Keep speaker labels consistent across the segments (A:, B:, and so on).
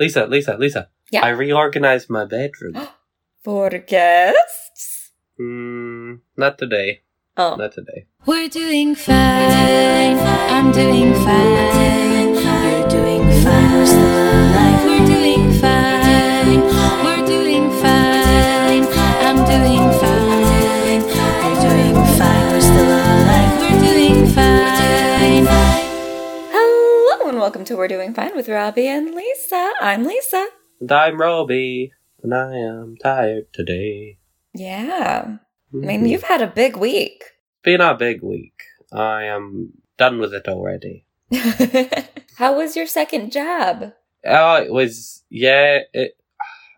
A: Lisa, Lisa, Lisa.
B: Yeah.
A: I reorganized my bedroom.
B: For guests?
A: mm, not today.
B: Oh.
A: Not today.
C: We're doing fine. I'm doing fine. You're doing fine. We're still alive. We're doing fine. We're doing fine. I'm doing fine. You're doing fine. We're still alive. We're doing fine.
B: Hello and welcome to We're Doing Fine with Robbie and Lisa. I'm Lisa.
A: And I'm Roby, and I am tired today.
B: Yeah. I mean,
A: Mhm.
B: you've had a big week.
A: been a big week. I am done with it already.
B: How was your second job?
A: Oh, it was yeah. It,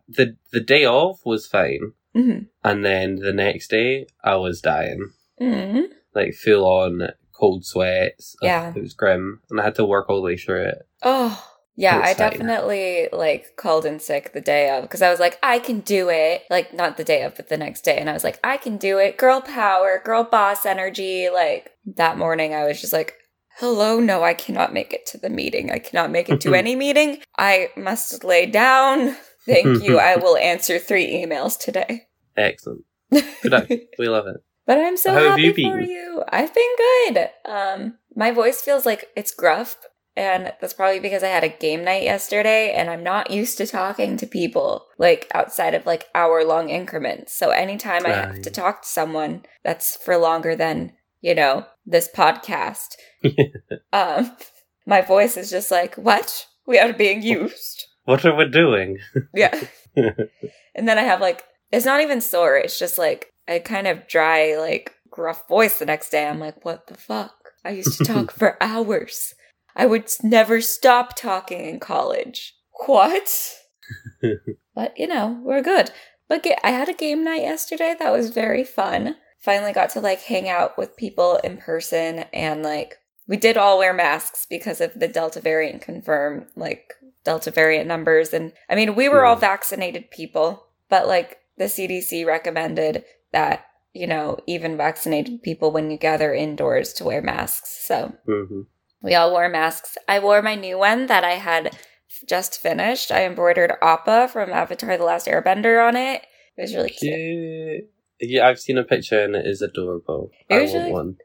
A: the the day off was fine,
B: Mm-hmm.
A: and then the next day I was dying,
B: hmm
A: like full on cold sweats. Ugh,
B: Yeah.
A: it was grim, and I had to work all the way through it.
B: Oh. Yeah, I
A: Exciting.
B: definitely like called in sick the day of because I was like, I can do it. Like, not the day of, but the next day. And I was like, I can do it. Girl power, girl boss energy. Like, that morning, I was just like, hello, no, I cannot make it to the meeting. I cannot make it to any meeting. I must lay down. Thank you. I will answer three emails today.
A: Excellent. Good luck. We love it.
B: But I'm so
A: How have
B: happy
A: you
B: for
A: been?
B: you. I've been good. Um, my voice feels like it's gruff, and that's probably because I had a game night yesterday, and I'm not used to talking to people like outside of like hour long increments. So anytime I have to
A: Right.
B: talk to someone that's for longer than you know this podcast, um, my voice is just like what we are being used.
A: What are we doing?
B: Yeah. and then I have like it's not even sore, it's just like a kind of dry, like gruff voice the next day. I'm like, what the fuck? I used to talk for hours. I would s- never stop talking in college. What? but you know, we're good. But ga- I had a game night yesterday that was very fun. Finally got to like hang out with people in person and like we did all wear masks because of the Delta variant confirm like Delta variant numbers. And I mean, we were all
A: Hmm.
B: vaccinated people, but like the CDC recommended that, you know, even vaccinated people, when you gather indoors, to wear masks. So
A: hmm
B: we all wore masks. I wore my new one that I had just finished. I embroidered Appa from Avatar The Last Airbender on it. It was really cute.
A: Yeah. yeah, I've seen a picture and it is adorable. I want
B: Usually-
A: one.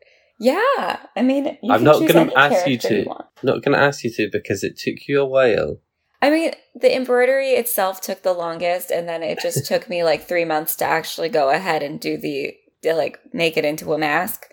B: Yeah. I mean, you
A: I'm
B: can
A: not
B: choose
A: gonna
B: any
A: ask you
B: character
A: to-
B: want.
A: Not going to ask you to because it took you a while.
B: I mean, the embroidery itself took the longest, and then it just took me like three months to actually go ahead and do the, to, like, make it into a mask.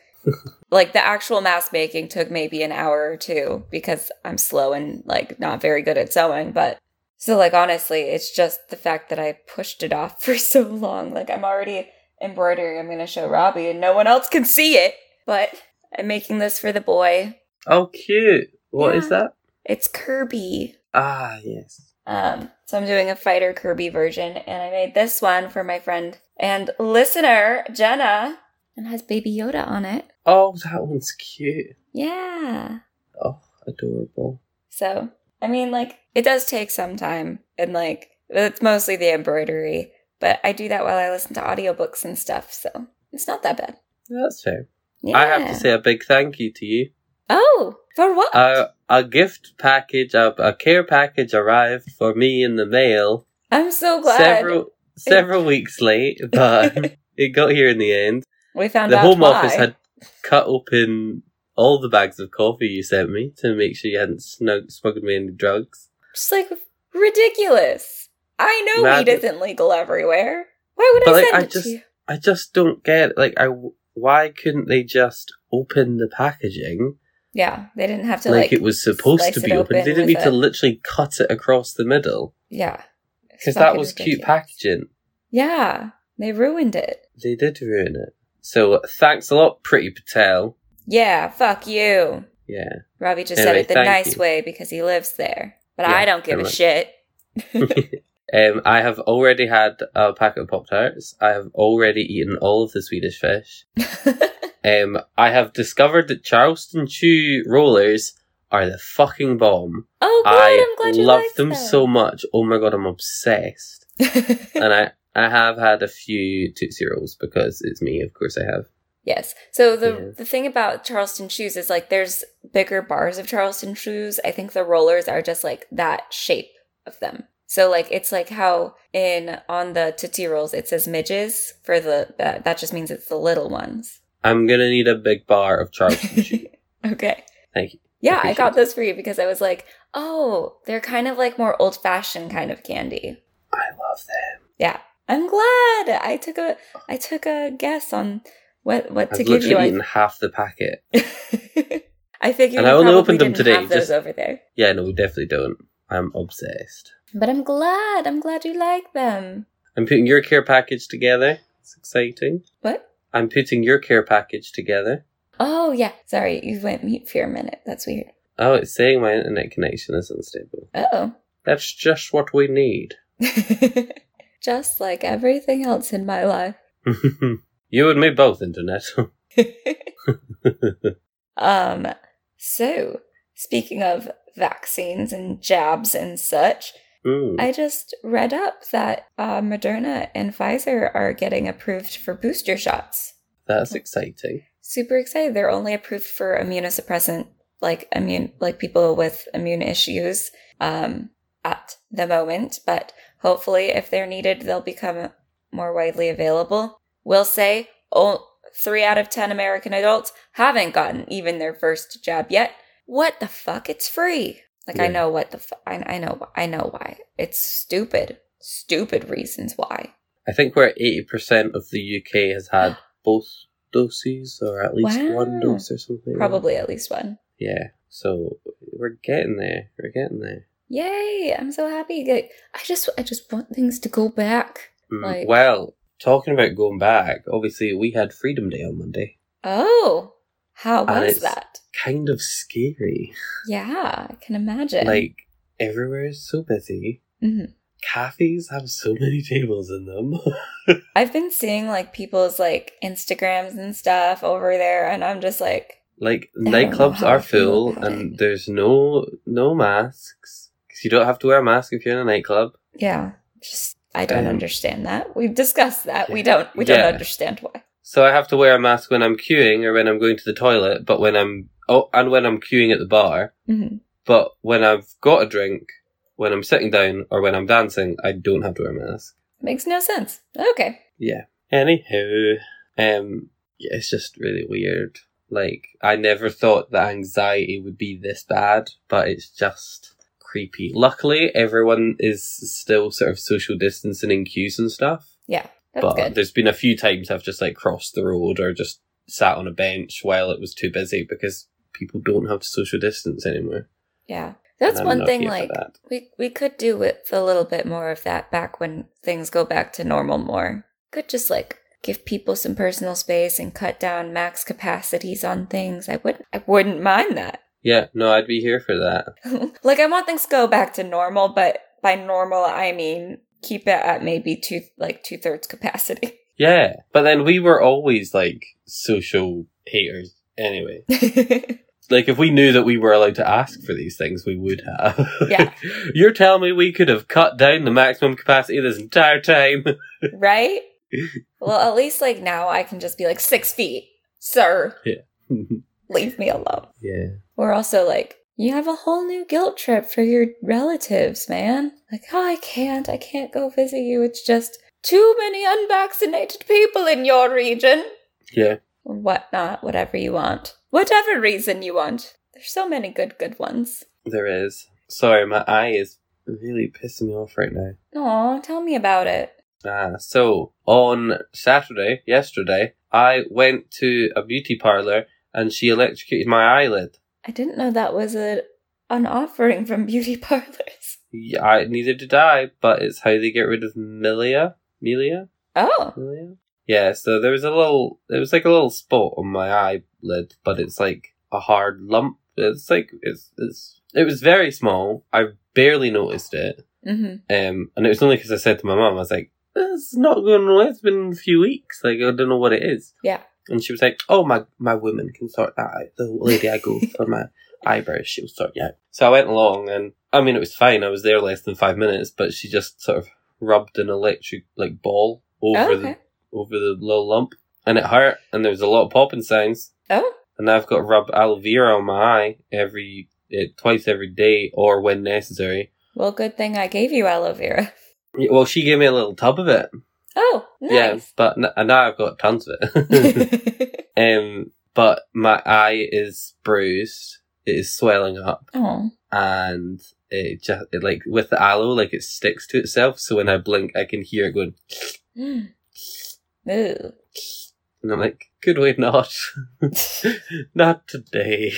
B: like, the actual mask making took maybe an hour or two because I'm slow and, like, not very good at sewing. But so, like, honestly, it's just the fact that I pushed it off for so long. Like, I'm already embroidering, I'm going to show Robbie, and no one else can see it. But I'm making this for the boy.
A: Oh, cute. What is
B: Yeah.
A: that?
B: It's Kirby.
A: Ah, yes.
B: Um, so I'm doing a fighter Kirby version, and I made this one for my friend and listener Jenna, and has Baby Yoda on it.
A: Oh, that one's cute.
B: Yeah.
A: Oh, adorable.
B: So I mean, like it does take some time, and like it's mostly the embroidery, but I do that while I listen to audiobooks and stuff, so it's not that bad.
A: That's fair.
B: Yeah.
A: I have to say a big thank you to you.
B: Oh, for what?
A: A a gift package, a, a care package arrived for me in the mail
B: I'm so glad
A: several several weeks late, but it got here in the end.
B: we found
A: the
B: out
A: Home
B: why.
A: Office had cut open all the bags of coffee you sent me to make sure you hadn't snug- smuggled me any drugs.
B: just like ridiculous. I know
A: Mad-
B: weed isn't legal everywhere. Why would
A: But,
B: I
A: like,
B: send
A: I
B: it
A: just-
B: to you?
A: I just don't get it. like I w- why couldn't they just open the packaging
B: Yeah, they didn't have to
A: like,
B: like,
A: it was supposed
B: slice
A: to
B: it
A: be open.
B: open
A: They didn't
B: with
A: need to
B: a-
A: literally cut it across the middle
B: Yeah, It's
A: because that
B: fucking
A: was cute
B: ridiculous.
A: packaging.
B: Yeah, they ruined it.
A: They did ruin it. So uh, thanks a lot, Pretty Patel.
B: Yeah, fuck you.
A: Yeah,
B: Robbie just
A: Anyway,
B: said it the
A: thank
B: nice
A: you.
B: way because he lives there, but
A: Yeah,
B: I don't give
A: very
B: a
A: much.
B: shit.
A: um, I have already had a packet of Pop Tarts. I have already eaten all of the Swedish fish. Um, I have discovered that Charleston Chew rollers are the fucking bomb.
B: oh, good.
A: I
B: am glad you
A: love
B: liked
A: them so much. Oh my god, I'm obsessed. and I I have had a few Tootsie Rolls because it's me, of course I have.
B: Yes. So the
A: Yeah.
B: the thing about Charleston shoes is like there's bigger bars of Charleston shoes. I think the rollers are just like that shape of them. So like it's like how in on the tootsie rolls it says midges for the that that just means it's the little ones.
A: I'm gonna need a big bar of Charleston cheese.
B: okay.
A: Thank you.
B: Yeah, I got
A: Appreciate
B: those for you because I was like, oh, they're kind of like more old fashioned kind of candy.
A: I love them.
B: I'm glad I took a I took a guess on what what to
A: I've
B: give you.
A: literally eaten
B: I,
A: half the packet.
B: I figured
A: And I
B: you
A: only
B: probably
A: opened them
B: didn't
A: today,
B: Have those
A: just-
B: over there,
A: Yeah, no, we definitely don't. I'm obsessed.
B: but I'm glad. I'm glad you like them.
A: I'm putting your care package together. It's exciting.
B: What?
A: I'm putting your care package together.
B: Oh yeah, sorry, you went mute for a minute. That's weird.
A: Oh, it's saying my internet connection is unstable.
B: Uh oh.
A: That's just what we need.
B: Just like everything else in my life.
A: you and me both, internet.
B: um, so speaking of vaccines and jabs and such,
A: Hmm.
B: I just read up that uh, Moderna and Pfizer are getting approved for booster shots.
A: That's exciting.
B: Super excited! They're only approved for immunosuppressant, like immune, like people with immune issues um, at the moment. But hopefully, if they're needed, they'll become more widely available. We'll say oh, three out of ten American adults haven't gotten even their first jab yet. What the fuck? It's free. Like I
A: Yeah.
B: know what the fu- I, I know I know why. It's stupid. Stupid reasons why.
A: I think we're at 80% of the UK has had both doses or at least
B: Wow.
A: one dose or something.
B: Probably at least one.
A: Yeah. So we're getting there. We're getting there.
B: Yay! I'm so happy. Like, I just I just want things to go back.
A: Mm,
B: Like-
A: Well, talking about going back, obviously we had Freedom Day on Monday.
B: Oh, how
A: And
B: was
A: it's-
B: that?
A: Kind of scary.
B: Yeah, I can imagine.
A: Like everywhere is so busy.
B: Mhm.
A: Cafes have so many tables in them.
B: I've been seeing like people's like Instagrams and stuff over there, and I'm just like,
A: like
B: don't
A: nightclubs
B: know how
A: are
B: I feel
A: full
B: about
A: and
B: it.
A: there's no no masks because you don't have to wear a mask if you're in a nightclub.
B: yeah, just I don't
A: Um,
B: understand that. We've discussed that. We
A: yeah.
B: don't we don't
A: Yeah.
B: understand why.
A: So I have to wear a mask when I'm queuing or when I'm going to the toilet, but when I'm oh and when I'm queuing at the bar,
B: Mhm.
A: but when I've got a drink, when I'm sitting down or when I'm dancing, I don't have to wear a mask.
B: Makes no sense. Okay.
A: Yeah. Anywho, um, yeah, it's just really weird. Like, I never thought that anxiety would be this bad, but it's just creepy. Luckily, everyone is still sort of social distancing in queues and stuff.
B: Yeah, that's
A: but
B: good.
A: there's been a few times I've just like crossed the road or just sat on a bench while it was too busy because people don't have to social distance anymore.
B: Yeah, that's
A: And I'm
B: one
A: not
B: thing.
A: here for
B: Like
A: that.
B: we we could do with a little bit more of that back when things go back to normal. More could just like give people some personal space and cut down max capacities on things. I wouldn't I wouldn't mind that.
A: Yeah, no, I'd be here for that.
B: like I want things to go back to normal, but by normal I mean keep it at maybe two like two thirds capacity.
A: Yeah, but then we were always like social haters anyway. Like if we knew that we were allowed to ask for these things, we would have.
B: Yeah.
A: You're telling me we could have cut down the maximum capacity this entire time.
B: right? Well, at least like now I can just be like six feet, sir. Leave me alone.
A: yeah.
B: We're also like, you have a whole new guilt trip for your relatives, man. Like, oh, I can't, I can't go visit you. It's just too many unvaccinated people in your region.
A: Yeah.
B: Or whatnot, whatever you want. Whatever reason you want. There's so many good, good ones.
A: There is. Sorry, my eye is really pissing me off right now.
B: Aw, tell me about it.
A: Ah, so on Saturday, yesterday, I went to a beauty parlor and she electrocuted my eyelid.
B: I didn't know that was a, an offering from beauty parlors.
A: Yeah, I, neither did I, but it's how they get rid of milia. Milia?
B: Oh,
A: Yeah. Yeah, so there was a little there was like a little spot on my eyelid, but it's like a hard lump. It's like it's it's it was very small. I barely noticed it.
B: mm-hmm.
A: Um and it was only cuz I said to my mum I was like it's not going away. It's been a few weeks. Like I don't know what it is.
B: Yeah.
A: And she was like, "Oh my, my woman can sort that out. The lady I go for my eyebrows, she'll sort you out." So I went along, and I mean, it was fine. I was there less than five minutes, but she just sort of rubbed an electric like ball over the
B: Oh, okay.
A: over the little lump, and it hurt, and there was a lot of popping sounds,
B: Oh,
A: and I've got to rub aloe vera on my eye every eh, twice every day or when necessary,
B: Well, good thing I gave you aloe vera.
A: Yeah, Well, she gave me a little tub of it.
B: Oh,
A: Yeah,
B: nice.
A: but n- and now I've got tons of it. um, but my eye is bruised. It is swelling up,
B: oh,
A: and it just it, like with the aloe, like it sticks to itself. So when I blink, I can hear it going,
B: Ooh.
A: and I'm like, "Could we not? not today."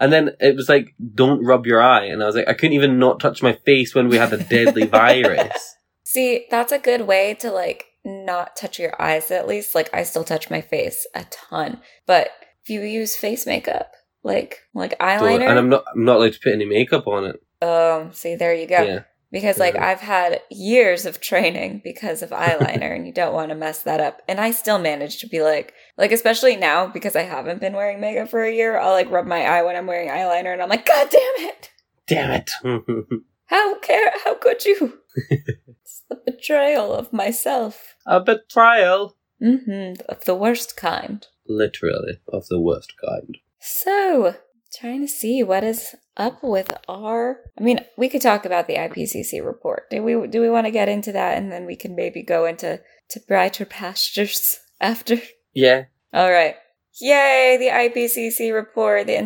A: And then it was like, "Don't rub your eye," and I was like, "I couldn't even not touch my face when we had a deadly virus."
B: See, that's a good way to like not touch your eyes at least. Like I still touch my face a ton. But if you use face makeup, like like
A: So-
B: eyeliner,
A: and I'm not I'm not allowed to put any makeup on it.
B: um, see there you go. Because like
A: Yeah.
B: I've had years of training because of eyeliner and you don't want to mess that up. And I still manage to be like like especially now because I haven't been wearing makeup for a year, I'll like rub my eye when I'm wearing eyeliner and I'm like, God damn it.
A: Damn it.
B: How care how could you? it's the betrayal of myself.
A: a betrayal.
B: Mm-hmm. Of the worst kind.
A: Literally of the worst kind.
B: So, trying to see what is up with our. I mean, we could talk about the IPCC report. Do we do we want to get into that, and then we can maybe go into to brighter pastures after?
A: Yeah.
B: All right. Yay! The IPCC report, the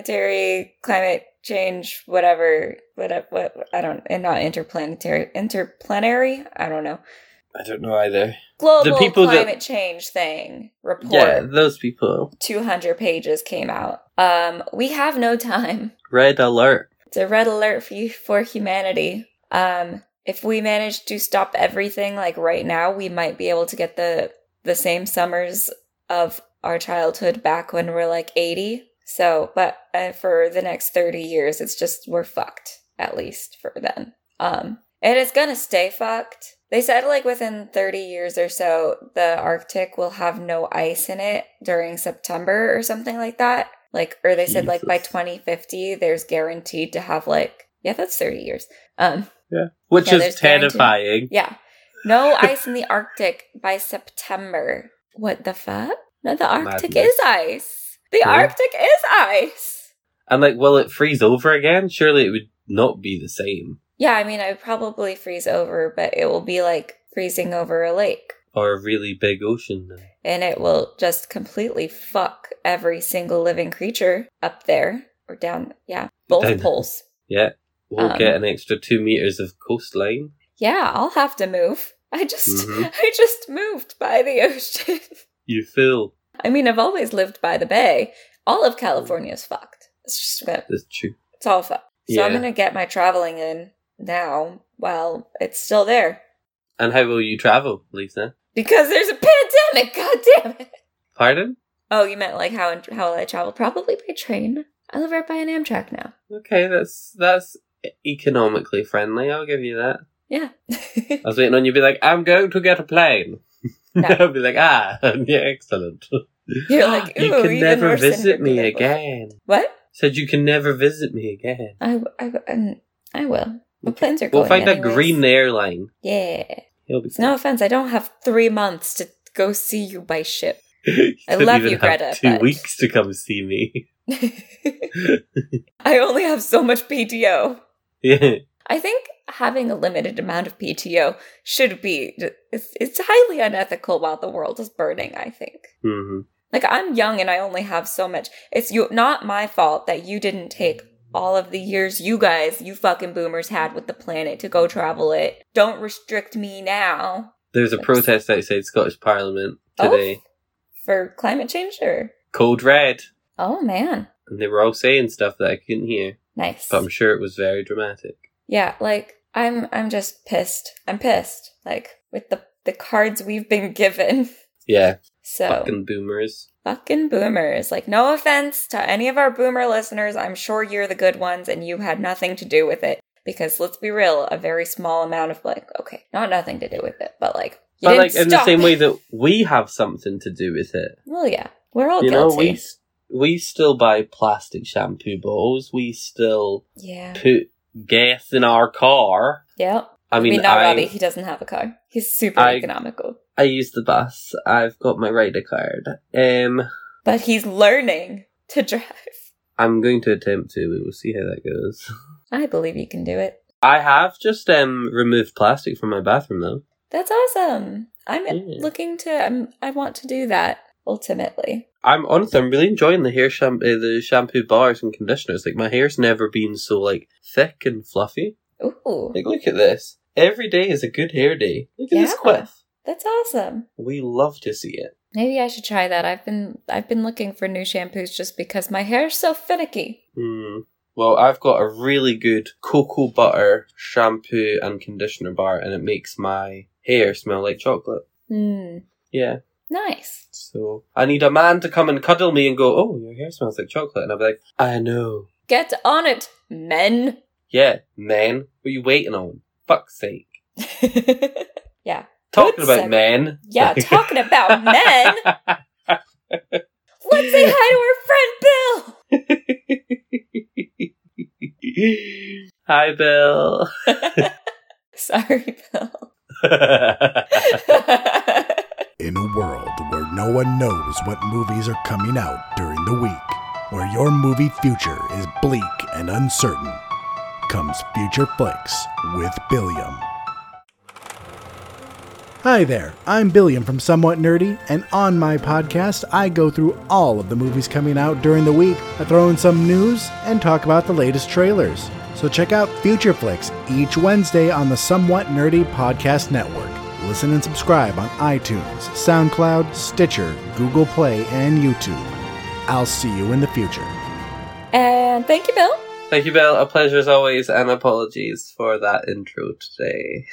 B: Interplanetary Climate Change, whatever, what, what, I don't, and not interplanetary, interplanetary, I don't know,
A: I don't know either.
B: global
A: people that-
B: climate change thing report.
A: Yeah, those people.
B: 200 pages came out. Um, we have no time.
A: Red alert.
B: It's a red alert for, you, for humanity. Um, if we manage to stop everything like right now, we might be able to get the the same summers of our childhood back when we're like 80. So, but uh, for the next 30 years, it's just we're fucked at least for then. Um, and it's gonna stay fucked. They said like within 30 years or so, the Arctic will have no ice in it during September or something like that. Like, or they said like by
A: Jesus.
B: 2050, there's guaranteed to have like, yeah, that's 30 years. Um,
A: Which
B: Yeah,
A: is
B: there's guaranteed-
A: terrifying.
B: yeah. No ice in the Arctic by September. What the fuck? No, the Arctic
A: Madness.
B: is ice. The
A: Yeah.
B: Arctic is ice.
A: And like, will it freeze over again? Surely it would not be the same.
B: Yeah, I mean, I would probably freeze over, but it will be like freezing over a lake.
A: Or a really big ocean then.
B: And it will just completely fuck every single living creature up there or down. Yeah, both
A: Down.
B: poles.
A: Yeah. We'll
B: Um,
A: get an extra two meters of coastline.
B: Yeah, I'll have to move. I just,
A: Mhm.
B: I just moved by the ocean.
A: You fool.
B: I mean, I've always lived by the bay. All of California is fucked. It's just gonna,
A: That's true.
B: it's all fucked. So I'm
A: Yeah.
B: gonna get my traveling in now while it's still there
A: And how will you travel, Lisa?
B: because there's a pandemic. God damn it!
A: Pardon?
B: Oh, you meant like how how will I travel? Probably by train. I live right by an Amtrak now.
A: Okay, that's that's economically friendly, I'll give you that.
B: Yeah.
A: I was waiting on you to be like, I'm going to get a plane.
B: No.
A: I'll be like, ah, yeah, excellent.
B: You're like,
A: you
B: "Ooh,
A: can
B: even
A: never
B: worse than
A: visit me
B: Hercules."
A: again.
B: What?
A: Said you can never visit me again.
B: I, w- I, w- um, I will. The
A: Okay.
B: planes are going
A: We'll find
B: anyways.
A: a green airline.
B: Yeah.
A: He'll be
B: It's no offense. I don't have three months to go see you by ship.
A: You
B: I
A: don't
B: love
A: even
B: you,
A: have
B: Greta,
A: Two
B: but-
A: weeks to come see me.
B: I only have so much PTO.
A: yeah,
B: I think having a limited amount of PTO should be it's, it's highly unethical while the world is burning, I think.
A: hmm
B: Like I'm young and I only have so much. It's you not my fault that you didn't take all of the years you guys, you fucking boomers had with the planet to go travel it. Don't restrict me now.
A: there's a
B: Like-
A: protest outside Scottish Parliament
B: Oh.
A: today.
B: For climate change or
A: Code red,
B: Oh man.
A: and they were all saying stuff that I couldn't hear,
B: Nice.
A: but I'm sure it was very dramatic.
B: Yeah, like I'm I'm just pissed. I'm pissed. Like with the the cards we've been given.
A: Yeah,
B: So
A: fucking boomers.
B: fucking boomers. Like no offense to any of our boomer listeners. I'm sure you're the good ones and you had nothing to do with it because let's be real, a very small amount of like okay, not nothing to do with it, but like you
A: but
B: didn't
A: like in the
B: stop.
A: same way that we have something to do with it.
B: Well, yeah. We're all
A: you know,
B: guilty.
A: we s- we still buy plastic shampoo bottles. We still
B: Yeah.
A: put gas in our car.
B: Yep.
A: I
B: I mean,
A: mean,
B: not
A: I
B: Robbie. He doesn't have a car. He's super
A: I-
B: economical.
A: I use the bus. I've got my rider card. Um,
B: But he's learning to drive.
A: I'm going to attempt to. We will see how that goes.
B: I believe you can do it.
A: I have just um removed plastic from my bathroom though.
B: That's awesome. I'm
A: Yeah.
B: looking to. I'm. I want to do that ultimately.
A: I'm honestly, I'm really enjoying the hair shampoo, the shampoo bars and conditioners. Like my hair's never been so like thick and fluffy.
B: Ooh,
A: Like look at this. Every day is a good hair day. Look at this
B: Yeah.
A: quiff.
B: that's awesome.
A: We love to see it.
B: Maybe I should try that. I've been. I've been looking for new shampoos just because my hair's so finicky.
A: Hmm. Well, I've got a really good cocoa butter shampoo and conditioner bar, and it makes my hair smell like chocolate.
B: Hmm.
A: Yeah.
B: Nice.
A: So I need a man to come and cuddle me and go, "Oh, your hair smells like chocolate," and I'll be like, "I know."
B: Get on it, men.
A: Yeah, man. What are you waiting on? Fuck's sake.
B: yeah.
A: Talking
B: Good
A: about
B: segue.
A: men.
B: Yeah. Talking about men. Let's say hi to our friend Bill.
A: Hi, Bill.
B: Sorry, Bill.
D: In a world where no one knows what movies are coming out during the week, where your movie future is bleak and uncertain, comes Future Flicks with Billiam. Hi there, I'm Billiam from Somewhat Nerdy, and on my podcast, I go through all of the movies coming out during the week. I throw in some news and talk about the latest trailers. So check out Future Flicks each Wednesday on the Somewhat Nerdy Podcast Network. Listen and subscribe on iTunes, SoundCloud, Stitcher, Google Play, and YouTube. I'll see you in the future.
B: and thank you, Bill.
A: Thank you, Bill. A pleasure as always, and apologies for that intro today.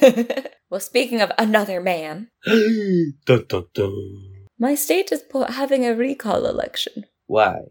B: well, speaking of another man,
A: dun, dun, dun.
B: my state is po- having a recall election.
A: Why?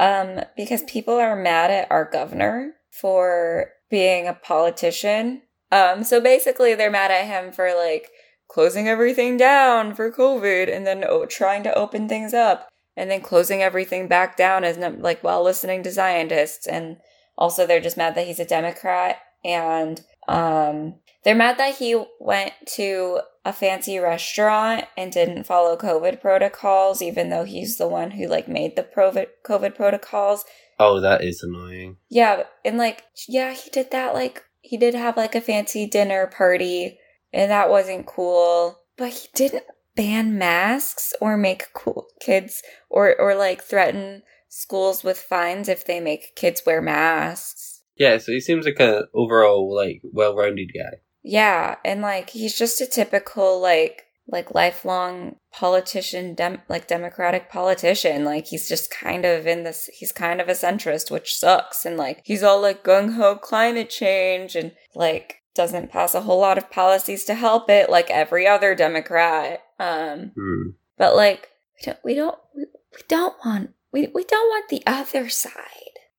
B: Um, because people are mad at our governor for being a politician. Um, so basically, they're mad at him for like closing everything down for COVID and then o- trying to open things up and then closing everything back down as num- like while listening to scientists. And also, they're just mad that he's a Democrat and um, they're mad that he went to a fancy restaurant and didn't follow COVID protocols, even though he's the one who like made the provi- COVID protocols.
A: Oh, that is annoying.
B: Yeah, and like yeah, he did that. Like he did have like a fancy dinner party, and that wasn't cool. But he didn't ban masks or make cool kids or or like threaten schools with fines if they make kids wear masks.
A: Yeah, so he seems like a overall like well-rounded guy.
B: Yeah, and like he's just a typical like like lifelong politician, dem- like democratic politician. Like he's just kind of in this. He's kind of a centrist, which sucks. And like he's all like gung ho climate change, and like doesn't pass a whole lot of policies to help it, like every other Democrat. Um,
A: Hmm.
B: but like we don't, we don't, we, we don't want we we don't want the other side.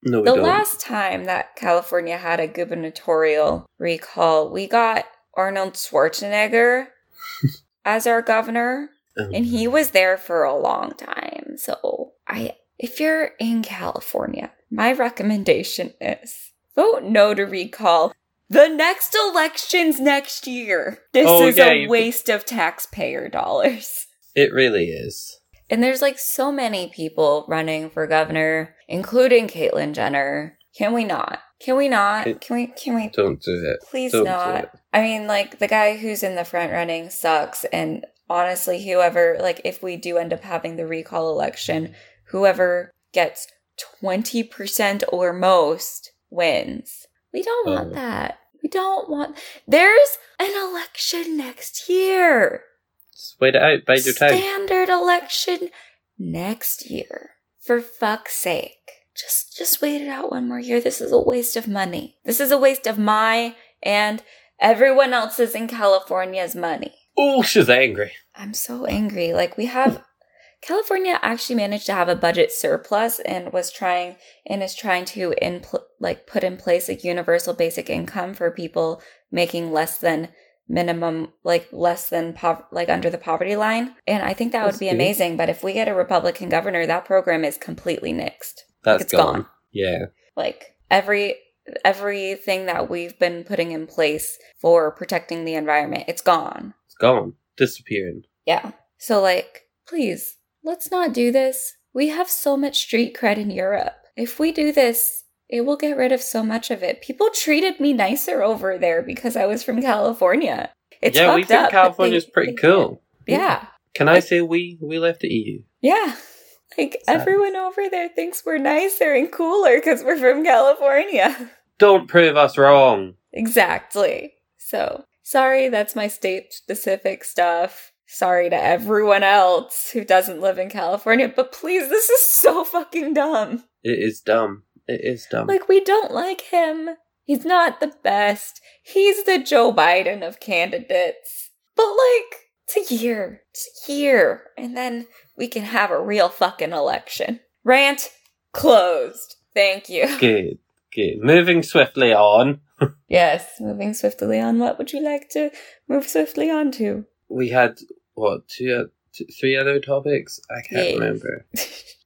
A: No, we
B: The
A: don't.
B: last time that California had a gubernatorial recall, we got Arnold Schwarzenegger as our governor,
A: Um,
B: and he was there for a long time. So, I if you're in California, my recommendation is vote no to recall. The next election's next year. This
A: Oh,
B: is
A: yeah,
B: a
A: you-
B: waste of taxpayer dollars.
A: It really is.
B: And there's like so many people running for governor, including Caitlyn Jenner. Can we not? Can we not?
A: It-
B: Can we? Can we?
A: Don't do it.
B: Please
A: don't do
B: not.
A: it.
B: I mean, like the guy who's in the front running sucks. And honestly, whoever, like, if we do end up having the recall election, whoever gets 20% or most wins. We don't want
A: Oh.
B: that. We don't want. There's an election next year.
A: Just wait it out. Bide your time.
B: Standard election next year. For fuck's sake. Just just wait it out one more year. This is a waste of money. This is a waste of my and everyone else's in California's money.
A: Oh, she's angry.
B: I'm so angry. Like we have California actually managed to have a budget surplus and was trying and is trying to in pl- like put in place a universal basic income for people making less than minimum like less than pov- like under the poverty line. And I think that
A: That's
B: would be
A: good.
B: amazing, but if we get a Republican governor, that program is completely nixed.
A: That's
B: It's gone.
A: Yeah.
B: Like every everything that we've been putting in place for protecting the environment, it's gone.
A: It's gone. Disappearing.
B: Yeah. So, like, please, let's not do this. We have so much street cred in Europe. If we do this, It will get rid of so much of it. People treated me nicer over there because I was from California. It's
A: yeah,
B: fucked
A: we think
B: up, but
A: California's
B: they-
A: pretty
B: they-
A: cool.
B: Yeah,
A: Can I say we we left the EU?
B: yeah. Like
A: Sad.
B: everyone over there thinks we're nicer and cooler because we're from California.
A: Don't prove us wrong.
B: Exactly. So, sorry, that's my state specific stuff. Sorry to everyone else who doesn't live in California, but please, this is so fucking dumb.
A: It is dumb. It is dumb.
B: Like, we don't like him. He's not the best. He's the Joe Biden of candidates. But, like, it's a year. It's a year. And then we can have a real fucking election. Rant closed. Thank you.
A: good, good. Moving swiftly on.
B: Yes, moving swiftly on. What would you like to move swiftly on to?
A: We had what two, two three other topics? I can't
B: Yeah.
A: remember.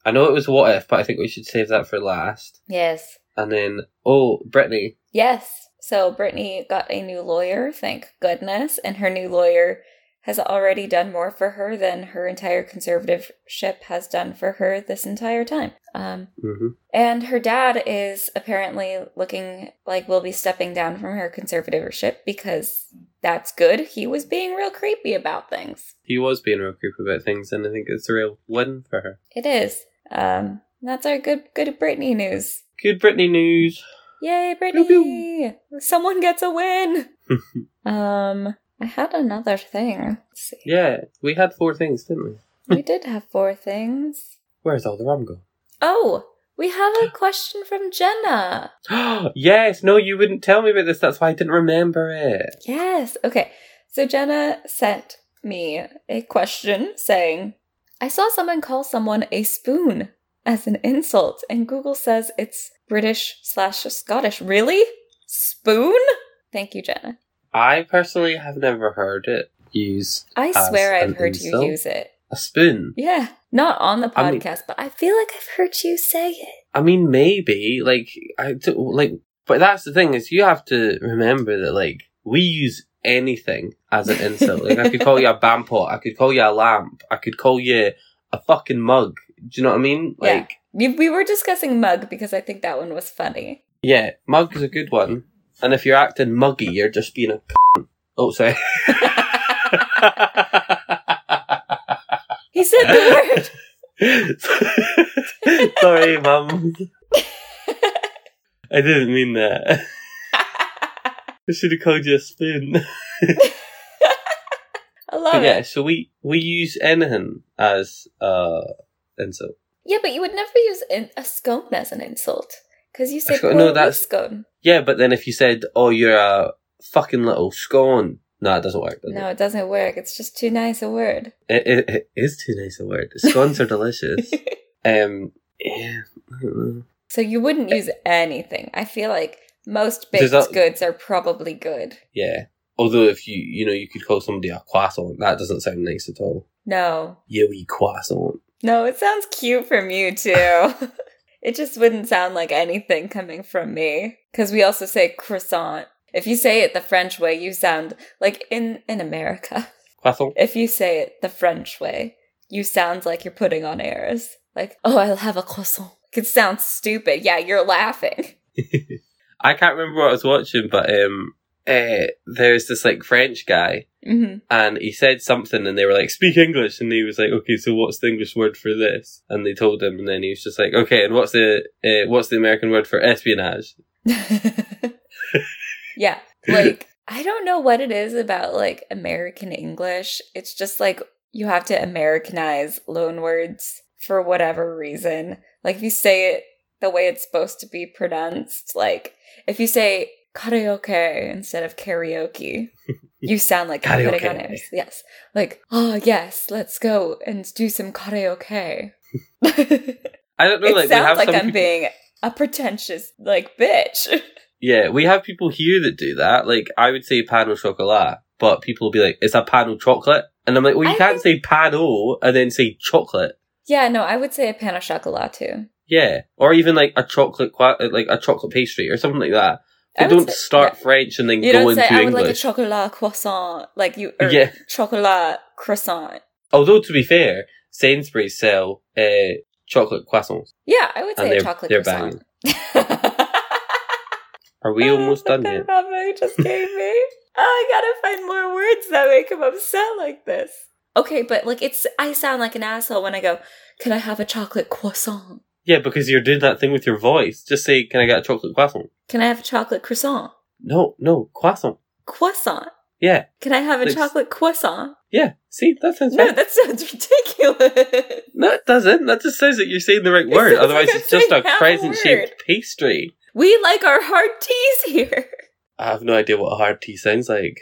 A: I know it was what if, but I think we should save that for last.
B: yes.
A: And then oh, Brittany.
B: Yes. So Brittany got a new lawyer, thank goodness, and her new lawyer has already done more for her than her entire conservativeship has done for her this entire time. Um,
A: Mm-hmm.
B: and her dad is apparently looking like will be stepping down from her conservatorship because that's good. He was being real creepy about things.
A: He was being real creepy about things, and I think it's a real win for her.
B: It is. Um, that's our good good Brittany news.
A: Good Brittany news.
B: Yay, Brittany! Someone gets a win. um, I had another thing. Let's see.
A: Yeah, we had four things, didn't we?
B: we did have four things.
A: Where's all the rum gone?
B: Oh, we have a question from Jenna.
A: yes, no, you wouldn't tell me about this. That's why I didn't remember it.
B: Yes. Okay. So Jenna sent me a question saying, "I saw someone call someone a spoon as an insult, and Google says it's British slash Scottish. Really? Spoon? Thank you, Jenna.
A: I personally have never heard it used
B: I
A: As
B: swear
A: an
B: I've heard
A: insult?
B: you use it."
A: a spoon.
B: Yeah, not on the podcast,
A: I mean-
B: but I feel like I've heard you say it.
A: I mean, maybe like I do, like, but that's the thing is you have to remember that like we use anything as an insult. like I could call you a bampot, I could call you a lamp, I could call you a fucking mug. Do you know what I mean?
B: Yeah.
A: Like,
B: We, we were discussing mug because I think that one was funny.
A: yeah, mug is a good one. And if you're acting muggy, you're just being a. C- oh, sorry.
B: He said the word.
A: Sorry, mum. I didn't mean that. I should have called you a spoon.
B: I
A: But
B: love
A: yeah,
B: it.
A: so we we use anything as uh insult.
B: Yeah, but you would never use in, a scone as an insult because you said
A: scone-
B: poor
A: no,
B: no,
A: that's-
B: scone.
A: Yeah, but then if you said, "Oh, you're a fucking little scone," no, it doesn't work. Does
B: No,
A: it?
B: it doesn't work. It's just too nice a word.
A: It, it, it is too nice a word. Scones are delicious. Um, yeah, I don't know.
B: so you wouldn't use anything. I feel like most baked
A: Does that-
B: goods are probably good.
A: yeah. Although if you you know you could call somebody a croissant, that doesn't sound nice at all.
B: No,
A: Yeah, we croissant.
B: No, it sounds cute from you too. it just wouldn't sound like anything coming from me because we also say croissant. If you say it the French way, you sound like in in America.
A: Croissant.
B: If you say it the French way, you sound like you're putting on airs. Like, oh, I'll have a croissant. It sounds stupid. Yeah, you're laughing.
A: I can't remember what I was watching, but um, uh, there's this like French guy,
B: hmm
A: and he said something, and they were like, "Speak English," and he was like, "Okay, so what's the English word for this?" And they told him, and then he was just like, "Okay, and what's the uh, what's the American word for espionage?"
B: yeah, like I don't know what it is about like American English. It's just like you have to Americanize loan words for whatever reason. Like if you say it the way it's supposed to be pronounced, like if you say karaoke instead of karaoke, you sound like you're putting on
A: Karaoke.
B: airs. Yes, like oh yes, let's go and do some karaoke.
A: I don't know.
B: it
A: like we have
B: sounds like
A: some
B: I'm
A: people-
B: being a pretentious like bitch.
A: yeah, we have people here that do that. Like I would say pan au chocolat, but people will be like, "It's a pan au chocolate," and I'm like, "Well, you
B: I
A: can't say pan au and then say chocolate."
B: Yeah, no, I would say a pan au chocolat too.
A: Yeah, or even like a chocolate, qua- like a chocolate pastry or something like that.
B: I
A: They
B: would
A: don't
B: say-
A: start French and then
B: You
A: go
B: don't
A: into
B: say I would like a
A: English.
B: chocolat croissant, like you or
A: Yeah.
B: chocolat croissant.
A: Although to be fair, Sainsbury's sell uh, chocolate croissants.
B: Yeah, I
A: And
B: would say a
A: they're-
B: chocolate
A: they're
B: croissant.
A: Are we almost done
B: The
A: yet?
B: problem you just gave me. Oh, I gotta find more words that make him upset like this. Okay, but like it's I sound like an asshole when I go, Can I have a chocolate croissant?
A: Yeah, because you're doing that thing with your voice. Just say, "Can I get a chocolate croissant?"
B: Can I have a chocolate croissant?
A: No, no croissant.
B: Croissant.
A: Yeah,
B: Can I have a
A: Thanks.
B: chocolate croissant?
A: yeah. See, that sounds
B: No,
A: fine.
B: that sounds ridiculous.
A: No, it doesn't. That just sounds like you're saying the right
B: It
A: word.
B: sounds
A: Otherwise,
B: like I'm
A: it's just a
B: saying half a
A: crescent-shaped pastry.
B: We like our hard teas here.
A: I have no idea what a hard tea sounds like.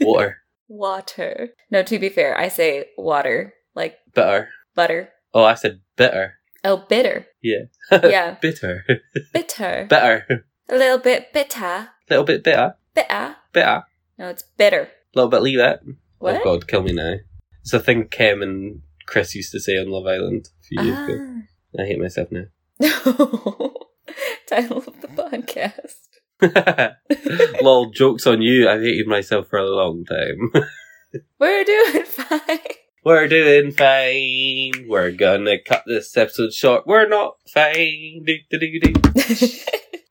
A: Water,
B: Water. No, to be fair, I say water, like
A: bitter.
B: butter.
A: Oh, I said bitter,
B: Oh, bitter.
A: Yeah.
B: yeah,
A: bitter,
B: bitter.
A: bitter.
B: a little bit bitter.
A: Little bit bitter,
B: Bitter.
A: bitter.
B: No, it's bitter.
A: Little bit leave it.
B: What?
A: Oh God, kill me now. It's a thing Kim and Chris used to say on Love Island a few
B: Ah.
A: years ago. I hate myself now.
B: Title of the podcast.
A: Lol, jokes on you. I've hated myself for a long time.
B: We're doing fine.
A: We're doing fine. We're gonna cut this episode short. We're not fine. Do, do, do, do.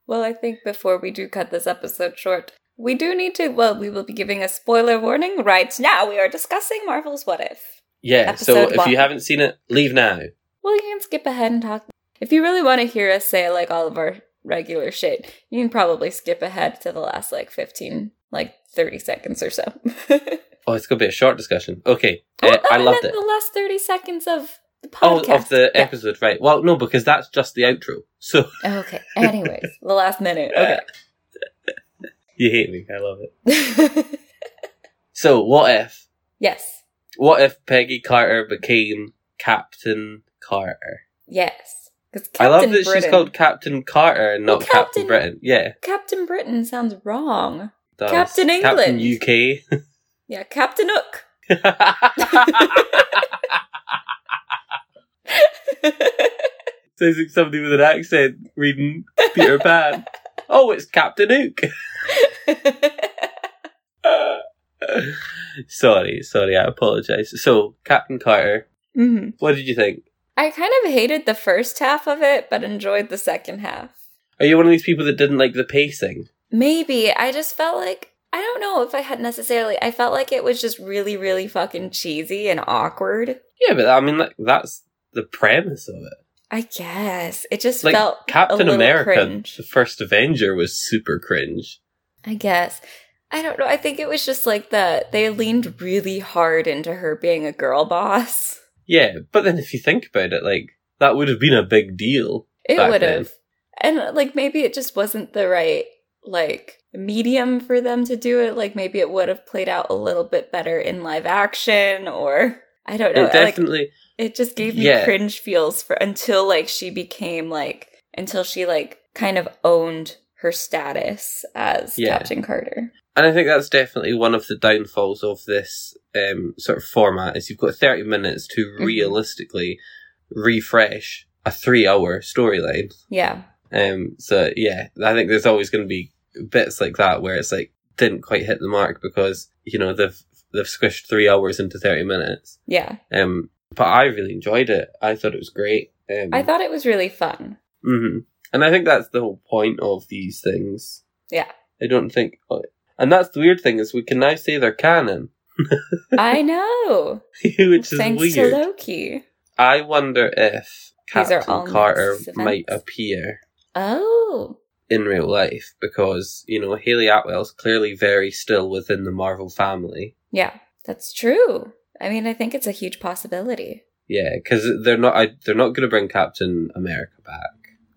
B: well, I think before we do cut this episode short, we do need to. Well, we will be giving a spoiler warning right now. We are discussing Marvel's What If.
A: Yeah, so
B: Episode
A: if
B: one.
A: you haven't seen it, leave now.
B: Well, you can skip ahead and talk. If you really want to hear us say like all of our regular shit, you can probably skip ahead to the last like 15, like 30 seconds or so.
A: Oh, it's gonna be a short discussion. Okay,
B: Oh,
A: uh,
B: no,
A: I loved
B: meant
A: it.
B: The last 30 seconds of the
A: Oh,
B: podcast.
A: of the
B: Yeah. Oh,
A: episode, right? Well, no, because that's just the outro. So
B: Okay. Anyways, the last minute.
A: you hate me. I love it.
B: Okay.
A: So what if?
B: yes.
A: What if Peggy Carter became Captain Carter?
B: Yes. Because
A: I
B: Captain
A: love that
B: Britain.
A: she's called Captain Carter and
B: Well,
A: not Captain,
B: Captain-
A: Britain. Yeah, it
B: Captain Britain sounds wrong.
A: does.
B: Captain England.
A: Captain UK.
B: Yeah, Captain Hook.
A: Sounds like somebody with an accent reading Peter Pan. oh, it's Captain Ook. sorry, sorry, I apologise. So, Captain Carter,
B: hmm
A: what did you think?
B: I kind of hated the first half of it, but enjoyed the second half.
A: Are you one of these people that didn't like the pacing?
B: Maybe. I just felt like. I don't know if I had necessarily. I felt like it was just really, really fucking cheesy and awkward.
A: Yeah, but I mean, like, that's the premise of it.
B: I guess. It just
A: Like,
B: felt. a
A: Captain
B: little
A: America,
B: cringe.
A: the first Avenger, was super cringe.
B: I guess. I don't know. I think it was just like the they leaned really hard into her being a girl boss.
A: Yeah, but then if you think about it, like, that would have been a big deal.
B: It
A: Back
B: would
A: then.
B: have. And uh, like maybe it just wasn't the right like medium for them to do it. Like maybe it would have played out a little bit better in live action or I don't know.
A: it
B: like
A: definitely.
B: it just gave me
A: Yeah.
B: cringe feels for until like she became like until she like kind of owned her status as
A: Yeah.
B: Captain Carter.
A: And I think that's definitely one of the downfalls of this um, sort of format is you've got 30 minutes to
B: Mhm.
A: realistically refresh a three hour storyline.
B: Yeah.
A: Um, so yeah, I think there's always going to be bits like that where it's like didn't quite hit the mark because you know they've they've squished three hours into 30 minutes.
B: Yeah.
A: Um, but I really enjoyed it. I thought it was great. Um,
B: I thought it was really fun.
A: hmm And I think that's the whole point of these things.
B: Yeah.
A: I don't think, and that's the weird thing is we can now say they're canon.
B: I know.
A: which is
B: Thanks
A: weird.
B: to Loki.
A: I wonder if
B: These are all
A: Captain Carter
B: Nexus
A: might
B: events.
A: appear
B: Oh.
A: in real life because you know Haley Atwell's clearly very still within the Marvel family.
B: Yeah, that's true. I mean, I think it's a huge possibility.
A: Yeah, because they're not. I, they're not going to bring Captain America back.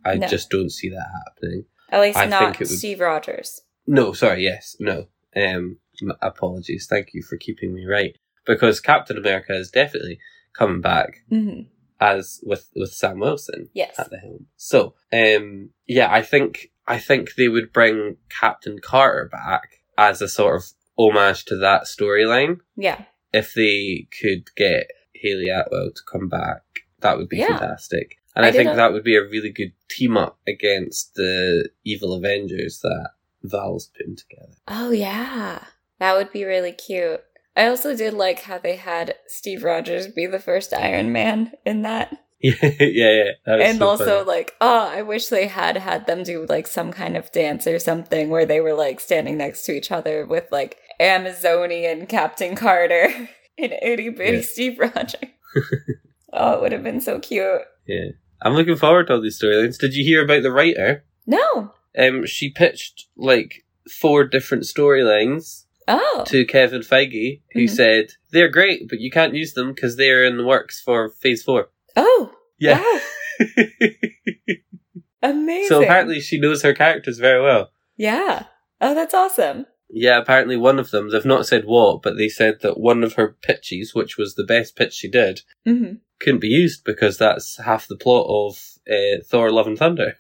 A: I
B: No.
A: just don't see that happening.
B: At least
A: I
B: not
A: think it would-
B: Steve Rogers.
A: No, sorry. Yes, no. Um, m- apologies. Thank you for keeping me right because Captain America is definitely coming back
B: hmm
A: as with with Sam Wilson.
B: Yes.
A: at the helm. So, um, yeah, I think I think they would bring Captain Carter back as a sort of homage to that storyline.
B: Yeah.
A: If they could get Haley Atwell to come back, that would be
B: Yeah.
A: fantastic. And
B: I
A: I,
B: did
A: think
B: a-
A: that would be a really good team up against the evil Avengers that Val's putting together.
B: Oh, yeah. That would be really cute. I also did like how they had Steve Rogers be the first Iron Man in that.
A: yeah, yeah. That was
B: and
A: so
B: also
A: funny.
B: like oh i wish they had had them do like some kind of dance or something where they were like standing next to each other with like amazonian captain carter and itty bitty
A: Yeah.
B: steve rogers oh it would have been so cute
A: I'm looking forward to all these storylines. Did you hear about the writer?
B: no
A: Um, she pitched like four different storylines
B: oh
A: to Kevin Feige, who
B: Mhm.
A: said they're great, but you can't use them because they're in the works for Phase Four.
B: oh
A: Yeah.
B: wow. amazing
A: so apparently, she knows her characters very well.
B: yeah oh that's awesome
A: Yeah, apparently one of them. They've not said what, but they said that one of her pitches, which was the best pitch she did,
B: hmm
A: couldn't be used because that's half the plot of uh, Thor: Love and Thunder.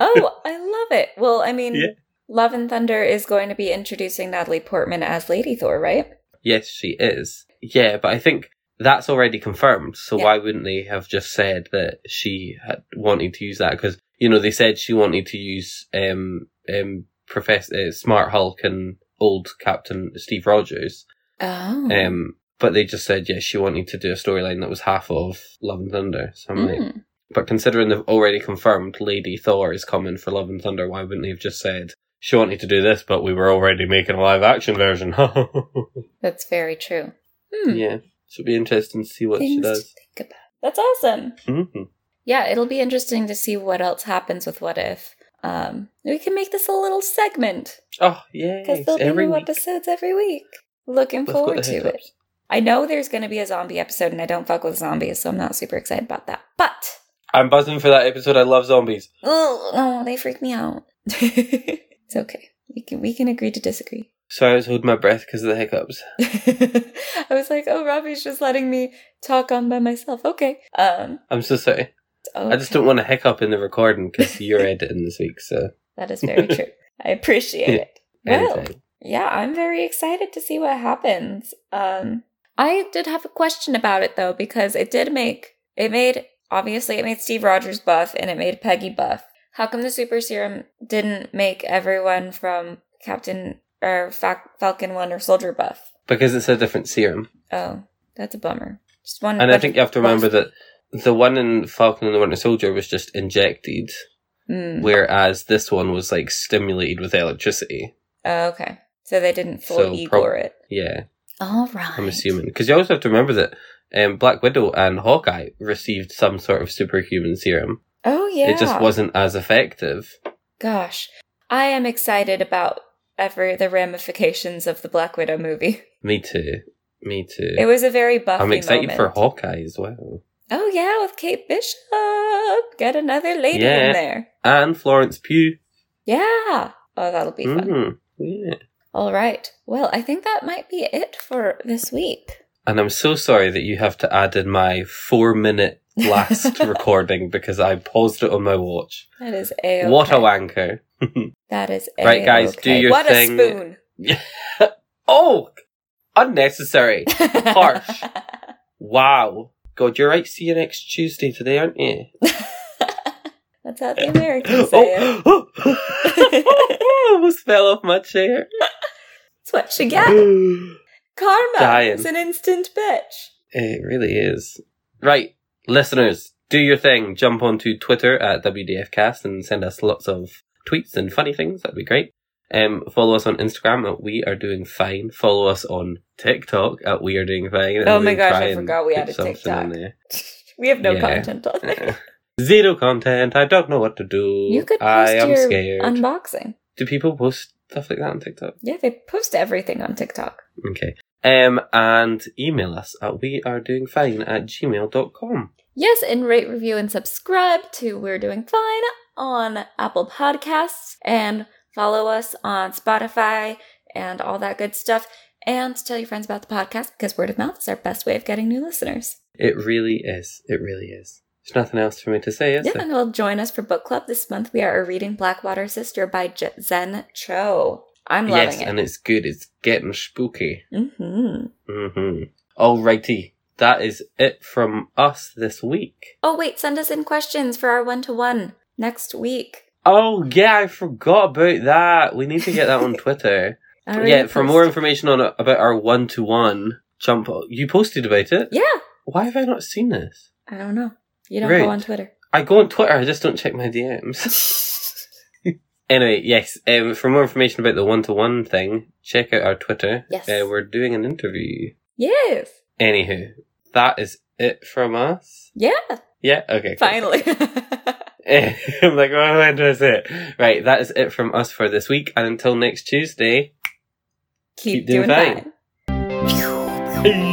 B: oh i love it well i mean
A: Yeah.
B: love and thunder is going to be introducing natalie portman as lady thor right
A: Yes, she is. Yeah, but I think that's already confirmed. So
B: Yeah.
A: why wouldn't they have just said that she had wanted to use that? Because you know they said she wanted to use um um Professor uh, Smart Hulk and old Captain Steve Rogers.
B: oh
A: Um, but they just said yes, she wanted to do a storyline that was half of Love and Thunder. So I'm like,
B: Mm.
A: But considering they've already confirmed Lady Thor is coming for Love and Thunder, why wouldn't they have just said she wanted to do this, but we were already making a live action version?
B: That's very true. Hmm.
A: Yeah, so it'd be interesting to see what she
B: Things
A: does.
B: to think about. That's awesome.
A: Mhm.
B: Yeah, it'll be interesting to see what else happens with What If. Um, we can make this a little segment
A: Oh yeah,
B: because there'll be
A: every
B: new
A: week.
B: episodes every week. Looking
A: We've got
B: forward
A: the
B: to it.
A: hiccups.
B: I know there's going to be a zombie episode, and I don't fuck with zombies, so I'm not super excited about that. But
A: I'm buzzing for that episode. I love zombies.
B: oh, oh they freak me out. it's okay. We can we can agree to disagree.
A: So I was holding my breath because of the hiccups.
B: I was like, oh, Robbie's just letting me talk on by myself. Okay. Um.
A: I'm so sorry. I just
B: okay.
A: don't want to hiccup in the recording because you're editing this week. So
B: That is very true. I appreciate it. Well,
A: anytime.
B: yeah, I'm very excited to see what happens. Um, I did have a question about it though because it did make it made obviously it made Steve Rogers buff and it made Peggy buff. How come the super serum didn't make everyone from Captain or Fa- Falcon One or Soldier buff?
A: because it's a different serum.
B: Oh, that's a bummer. Just one.
A: And I
B: bunch
A: think
B: of
A: you have to remember
B: buff-
A: that the one in Falcon and the Winter Soldier was just injected,
B: Mm.
A: whereas this one was like stimulated with electricity.
B: Oh, okay, so they didn't full
A: So
B: Igor
A: prob-
B: it.
A: Yeah,
B: All right.
A: I'm assuming because you also have to remember that um, Black Widow and Hawkeye received some sort of superhuman serum.
B: Oh yeah.
A: It just wasn't as effective.
B: Gosh, I am excited about ever the ramifications of the Black Widow movie.
A: Me too. Me too.
B: It was a very Buffy.
A: I'm excited for
B: moment.
A: Hawkeye as well,
B: Oh yeah, with Kate Bishop, get another lady in
A: Yeah.
B: there.
A: and Florence Pugh.
B: Yeah. Oh, that'll be fun.
A: Mm, yeah.
B: All right. Well, I think that might be it for this week.
A: And I'm so sorry that you have to add in my four minute last recording because I paused it on my watch.
B: That is a
A: What a wanker.
B: That is a
A: Right, guys, do your
B: what
A: thing.
B: a spoon.
A: Oh, unnecessary. Harsh. Wow. God, you're right. See you next Tuesday today, aren't you?
B: That's how the Americans say it.
A: Oh, I almost fell off my chair.
B: That's what you get.
A: it
B: Karma
A: Dying.
B: is an instant bitch.
A: really is. Right, listeners, do your thing. Jump onto Twitter at WDFcast and send us lots of tweets and funny things. That'd be great. Um, follow us on Instagram at We Are Doing Fine. Follow us on TikTok at We Are Doing Fine. and
B: Oh my
A: we'll
B: gosh,
A: try
B: I
A: and
B: forgot we
A: put
B: had a
A: something in
B: TikTok.
A: there.
B: We have no
A: Yeah.
B: content on there.
A: Zero content. I don't know what to do.
B: You could post
A: I am
B: your
A: scared.
B: unboxing.
A: do people post stuff like that on TikTok?
B: Yeah, they post everything on TikTok.
A: Okay. Um, and email us at we are doing fine at gmail.com.
B: Yes, and rate, review, and subscribe to We're Doing Fine on Apple Podcasts and follow us on Spotify and all that good stuff. And tell your friends about the podcast because word of mouth is our best way of getting new listeners.
A: It really is. It really is. There's nothing else for me to say, is
B: yeah,
A: there?
B: and will join us for book club this month. We are reading Blackwater Sister by J- Zen Cho. I'm
A: yes,
B: loving
A: and it's good. It's getting spooky.
B: it. hmm
A: Mm-hmm. Alrighty. That is it from us this week.
B: Oh, wait, send us in questions for our one to one next week.
A: Oh, yeah, I forgot about that. We need to get that on Twitter.
B: I already
A: yeah, for more
B: posted-
A: information on about our one to one jump, you posted about it.
B: Yeah,
A: Why have I not seen this?
B: I don't know. You don't
A: Right.
B: go on Twitter.
A: I go on Twitter, I just don't check my DMs. anyway, yes, um, for more information about the one to one thing, check out our Twitter.
B: Yes.
A: Uh, we're doing an interview.
B: Yes.
A: Anywho, that is it from us.
B: Yeah.
A: Yeah, okay. cool.
B: Finally.
A: I'm like, oh, when do I say it? Right, that is it from us for this week. And until next Tuesday,
B: Keep,
A: doing
B: doing,
A: fine.
B: fine.
A: peace.